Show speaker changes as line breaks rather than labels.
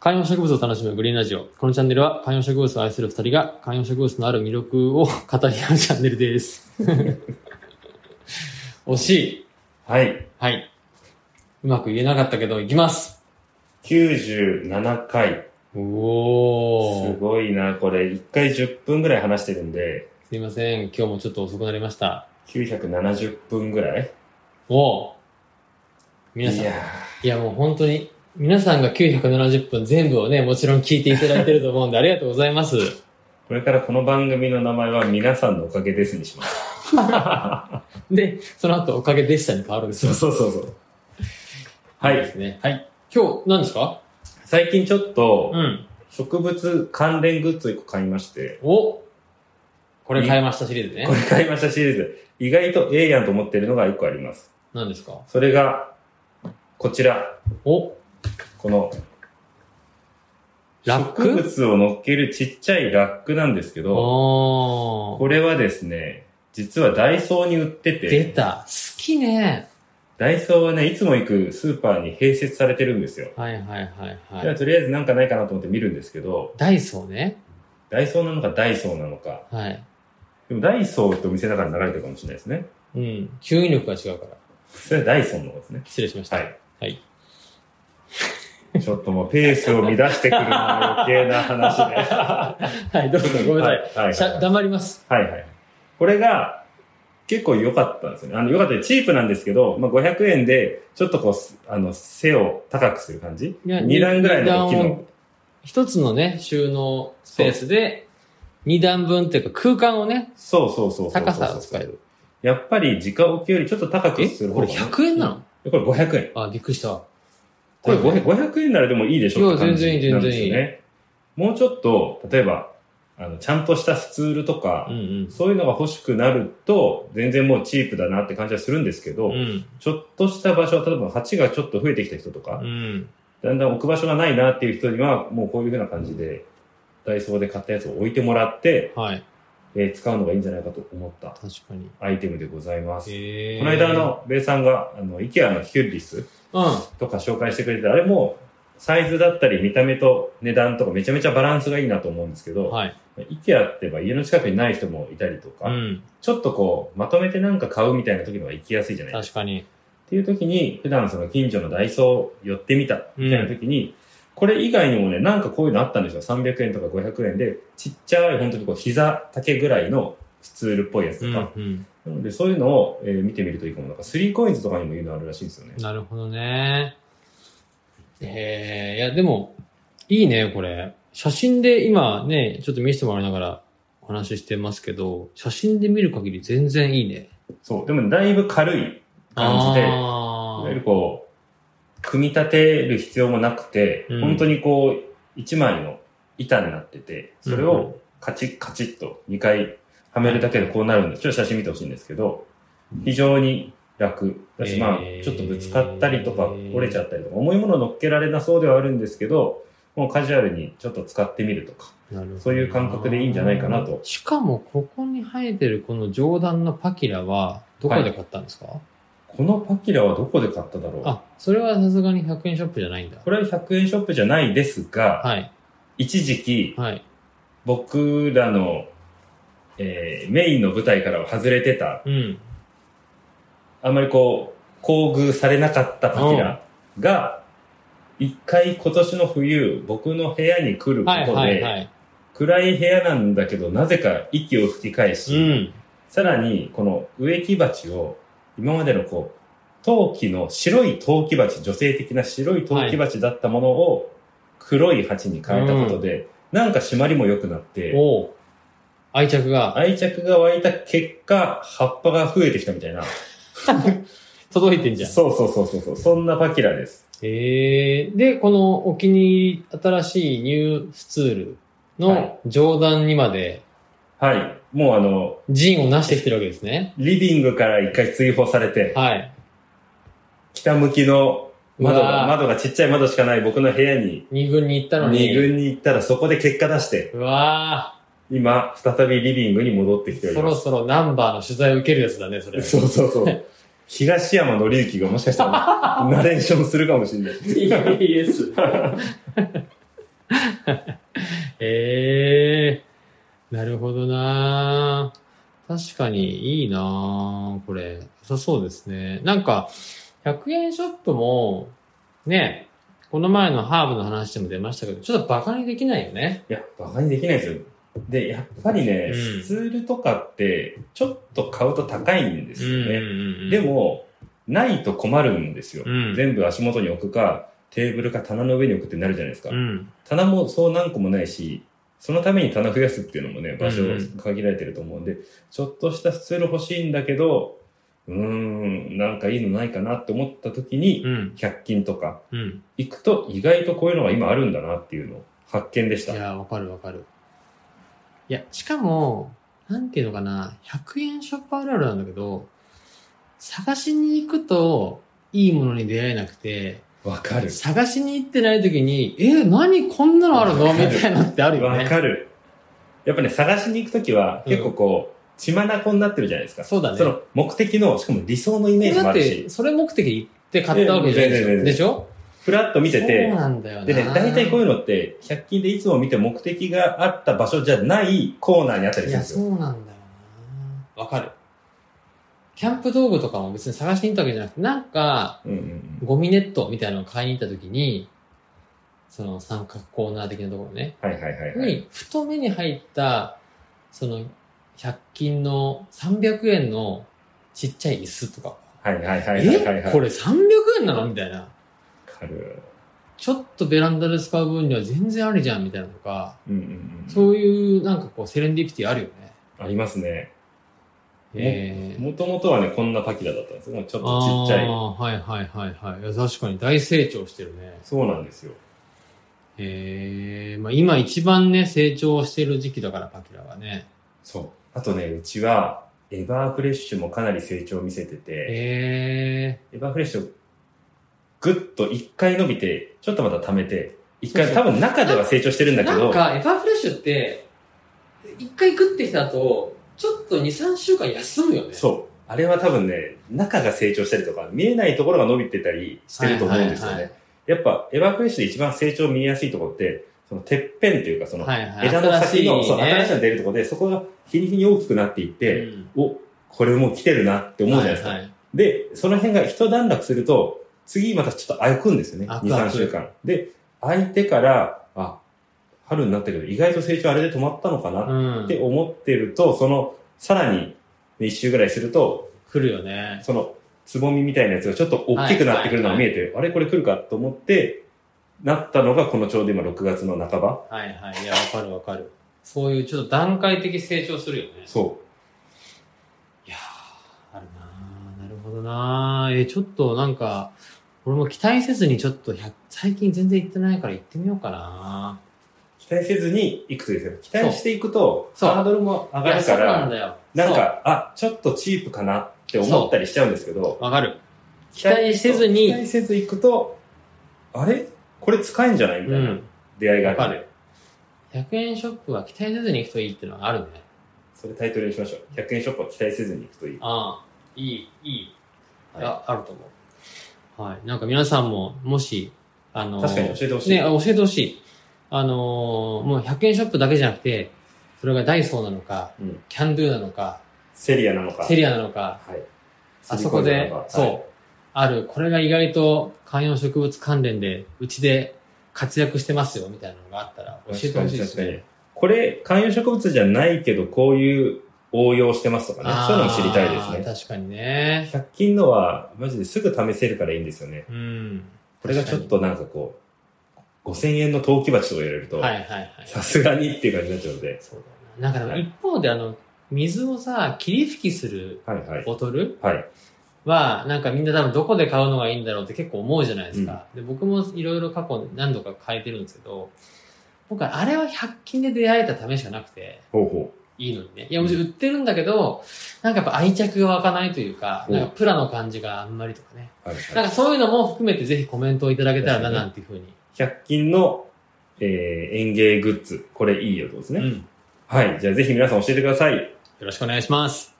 観葉植物を楽しむグリーンラジオ。このチャンネルは観葉植物を愛する二人が観葉植物のある魅力を 語り合うチャンネルです。 惜しい。
はい。
はい。うまく言えなかったけど、いきます。
97回。
お
す
ー。
ごいな、これ。1回10分ぐらい話してるんで、
すいません。今日もちょっと遅くなりました。
970分ぐらい
おー。
い
皆
や
さん、いや
ー
もう本当に、皆さんが970分全部をね、もちろん聞いていただいてると思うんで、ありがとうございます。
これからこの番組の名前は皆さんのおかげですにし ます。
で、その後、おかげでしたに変わるんですよ。
そうそうそう。は
で
い。
すね。はい。今日、何ですか
最近ちょっと、
ん。
植物関連グッズ1個買いまして、
おこれ買いましたシリーズね
こ。れ買いましたシリーズ、意外とええやんと思ってるのが1個あります。
何ですか
それが、こちら。
お
この、
ラック
植物を乗っけるちっちゃいラックなんですけど、
おー。
これはですね、実はダイソーに売って
出
て、
た。好きね。
ダイソーはね、いつも行くスーパーに併設されてるんですよ。
はいはいはい
じゃ
は
あ
い。
とりあえずなんかないかなと思って見るんですけど、
ダイソーね。
ダイソーなのかダイソーなのか。
はい。
でもダイソーってお店の中に流れてるかもしれないですね。
うん。吸引力が違うから。
それはダイソンの方ですね。
失礼しました。
はい。
はい。
ちょっともうペースを乱してくるのは余計な話で。
はい、どうぞ。ごめんなさい。
はい。はい
しゃ黙ります。
はいはい。これが、結構良かったんですよね。あの、良かったですチープなんですけど、まあ、500円で、ちょっとこうす、あの、背を高くする感じ
いや
?2 段ぐらいの大きい
二段を
の。
一つのね、収納スペースで、二段分っていうか空間をね、
そうそうそうそうそう。
高さを使える。
やっぱり、直置きよりちょっと高く
え
する
こ
方
れ
が、
100円なの
これ500円。
あ、びっくりした。
これ 500, 500円ならでもいいでしょって感じ
いや全然いい
なんですよ
全
ね。
然いい
もうちょっと、例えば、あの、ちゃんとしたスツールとか、
うん
そういうのが欲しくなると、全然もうチープだなって感じはするんですけ
う
ど、
ん。うん。
ちょっとした場所、例えば鉢がちょっと増えてきた人とか
う、ん。
だんだん置く場所がないなっていう人には、もうこういうふうな感じで、ダイソーで買ったやつを置いてもらって、
はい。
えー使うのがいいんじゃないかと思った
確かに。
アイテムでございます。
え
この間、あ、の、ベイさんが、あの、イケアのヒュッリス
うん。
とか紹介してくれて、あれも、サイズだったり、見た目と値段とかめちゃめちゃバランスがいいなと思うんですけど、
はい。
イケアってば家の近くにない人もいたりとか、
うん。
ちょっとこう、まとめてなんか買うみたいな時の方が行きやすいじゃないですか
確かに。
っていう時に、普段その近所のダイソー寄ってみた、みたいな時に、これ以外にもね、なんかこういうのあったんですよ。300円とか500円で、ちっちゃい本当にこう膝丈ぐらいのスツールっぽいや
う
つと
ん
か。。
うん。
なのでそういうのを、えー見てみるといいかも。なんかスリーコインズとかにもいうのあるらしいんですよね。
なるほどね。えー、いや、でも、いいね、これ。写真で今ね、ちょっと見せてもらいながらお話ししてますけど、写真で見る限り全然いいね。
そう。でもだいぶ軽い感じで、い
あ
わゆる
ー
こう、組み立てる必要もなくて、
うん
本当にこう、一枚の板になってて、それ
うんう
をカチッカチッと2回はめるだけでこうなるんです。ちょっと写真見てほしいんですけど、非常に楽だし、
えー
まあ、ちょっとぶつかったりとか
うん
折れちゃったりとか、重いもの乗っけられなそうではあるんですけど、もうカジュアルにちょっと使ってみるとか。
なるほど
そういう感覚でいいんじゃないかなと
しかも、ここに生えてるこの上段のパキラは、どこで買ったんですか、
このパキラはどこで買っただろう
あ、それはさすがに100円ショップじゃないんだ。
これは100円ショップじゃないですが、
はい。
一時期
はい。
僕らの、えーメインの舞台からは外れてた、
うん。
あんまりこう、厚遇されなかったパキラが、一回今年の冬、僕の部屋に来るこ
はい
と
はい
で、
はい。
暗い部屋なんだけど、なぜか息を吹き返
う
し、
ん。
さらに、この植木鉢を、今までのこう、陶器の白い陶器鉢、女性的な白い陶器鉢だったものを、黒い鉢に変えたことで、なんか締まりも良くなって、
おう愛着が
愛着が湧いた結果、葉っぱが増えてきたみたいな。
届いてんじゃん。
そうそうそうそうそう、そんなパキラです。
えー、で、このお気に入り新しいニュースツール
はい
の上段にまで
はい。もうあの、
陣をなしてきてるわけですね。
リビングから一回追放されて、
はい。
北向きの窓
うわ
が、
ー
窓がちっちゃい窓しかない僕の部屋に、
二軍に行ったのに。
二軍に行ったらそこで結果出して、
うわ
今、再びリビングに戻ってきてお
ー
り
そ
ます
ろ。そろナンバーの取材を受けるやつだね、それ。
そうそうそう。東山紀 之がもしかしたら、ナレーションするかもしれない。
TBS。なるほどな確かにいいなこれ。良さそうですね。なんか、100円ショップも、ね、この前のハーブの話でも出ましたけど、ちょっとバカにできないよね。
いや、バカにできないですよ。で、やっぱりね、
うん
ツールとかって、ちょっと買うと高いんですよね。
ん
で、も、ないと困るんですよ、
うん
全部足元に置くか、テーブルか棚の上に置くってなるじゃないですか。
うん。
棚もそう何個もないし、そのために棚増やすっていうのもね、場所
うん
限られてると思うんで、ちょっとしたツール欲しいんだけど、うーん、なんかいいのないかなって思った時に、
うん。
100均とか
うん。
行くと意外とこういうのが今あるんだなっていうのを発見でし
い
た。
や、わかるわかる。いや、しかも、なんていうのかな、100円ショップあるあるなんだけど、探しに行くと、いいものに出会えなくて、
わかる。
探しに行ってない時に、え、何こんなのあるの
わか
み
る
たいなのってあるよ
わ
ね。
かる。やっぱね、探しに行くときは
うん
結構こう、血まなこになってるじゃないですか。
そうだね
その目的の、しかも理想のイメージも
だ
あ
っ
る
て、
し、
それ目的で行って買ったわけじゃないで
い
しょ
や全然全然
でしょ
ふらっと見てて
そう、なんだよな。
でね、大体こういう
の
のって、100均でいつも見て目的があった場所じゃないコーナーにあったり
い
するん
や、
です
そ
よ。
うなんだよな。わかる。キャンプ道具とかも別に探しに行ったわけじゃなくて、なんか、
うんうん
ゴミネットみたいなのを買いに行った時に、その三角コーナー的なところね、
うん。はいはいはいはい。
に、ふと目に入った、その、100均の300円のちっちゃい椅子とか。
はいはいはいはいはい、は
え
い。
これ300円なのみたいな。
かる。
ちょっとベランダで使う分には全然ありじゃんみたいなとか、
うんうんうん。
そういうなんかこうセレンディピティあるよね。
ありますね。
えー
もともとはね、こんなパキラだったんですよ。ちょっとちっちゃ
あー
い。
はいはいはいはいいや。確かに大成長してるね。
そうなんですよ。
ええまあ今一番ね、成長してる時期だから、パキラはね。
そう。あとね、うちは、エバーフレッシュもかなり成長を見せてて、
ええ
エバーフレッシュをぐっと一回伸びて、ちょっとまた溜めて、一回
そうそ
多分中では成長してるんだけ
な
ど
ん、か、エバーフレッシュって、一回食ってきた後、ちょっと2、3週間休むよね。う。
そう。あれは多分ね、中が成長したりとか、見えないところが伸びてたりしてると思うんですよね。
はいはい
やっぱ、エバーフレッシュで一番成長見えやすいところって、そのてっぺんというか、その、
はいはい。
枝の先の、そう、新しい
ね
の出るところで、そこが日に日に大きくなっていって、
うん
お、これもう来てるなって思うじゃないですか。
はいはい
で、その辺が一段落すると、次またちょっと開くんですよね。
開
2、
く
3
開く
週間。で、開いてから、あ、春になったけど、意外と成長あれで止まったのかな
うん。
って思ってると、その、さらに1週ぐらいすると、
来るよね。
その、つぼみみたいなやつがちょっと大きくなってくるのが見えて、あれこれ来るかと思って、なったのがこのちょうど今6月の半ば。
はいはい。いや、わかるわかる。そういうちょっと段階的成長するよね。
そ
いやー、あるなーなるほどなーえーちょっとなんか、俺も期待せずにちょっと100、最近全然行ってないから行ってみようかな
う。期待せずにいくとですよ。期待していくと、
そう
ハードルも上
ー
がる
そ
か
うなん
ら、
だよ。
なんか、あ、ちょっとチープかなって思ったりしちゃうんですけど
そ、う、わかる。期待せずに
期待せず行くと、あれこれ使えんじゃないみ
う。
たいなん出会いがあ
わ
って
かる。100円ショップは期待せずに行くといいっていうのはあるね。
それタイトルにしましょう。100円ショップは期待せずに行くといい。
ああ、いい、いい。
はい
あ、あると思う。はい。なんか皆さんも、もし、あのー
確かに教えてほしい。
ね、あ教えてほしい。あのーもう100円ショップだけじゃなくて、それがダイソーなのか、
うん
キャンドゥなのか、
セリアなのか。
セリアなのか、
はい。
あそこで、そう、
はい
ある、これが意外と観葉植物関連で、うちで活躍してますよ、みたいなのがあったら教えてほしいです
確かに確か
ね
に。これ、観葉植物じゃないけど、こういう応用してますとかね。そういうのも知りたいですね。
ね。確かにね。
100均のは、マジですぐ試せるからいいんですよね。
うん。
これがちょっとなんかこう、5000円の陶器鉢とか入れると
は、いはいはい。
さすがにっていう感じになっちゃうので。
そうだな。なんかでも一方で、あの、水をさ、霧吹きする
はいはい。
ボトル
はい。
は、なんかみんな多分どこで買うのがいいんだろうって結構思うじゃないですか。で僕もいろいろ過去何度か変えてるんですけど、僕はあれは100均で出会えたためしかなくて、
ほうほ
いいのにね。いや、もちろん売ってるんだけど、なんかやっぱ愛着が湧かないというか、
うん
なんかプラの感じがあんまりとかね。
う。はい
な
は
ん
い
かそういうのも含めてぜひコメントをいただけたらな、
確かに
なんていうふうに。
100均の、えー、園芸グッズ、これいいよってことです
う
ね。
ん。よ
はい。じゃあぜひ皆さん教えてください。
ろしくお願いします。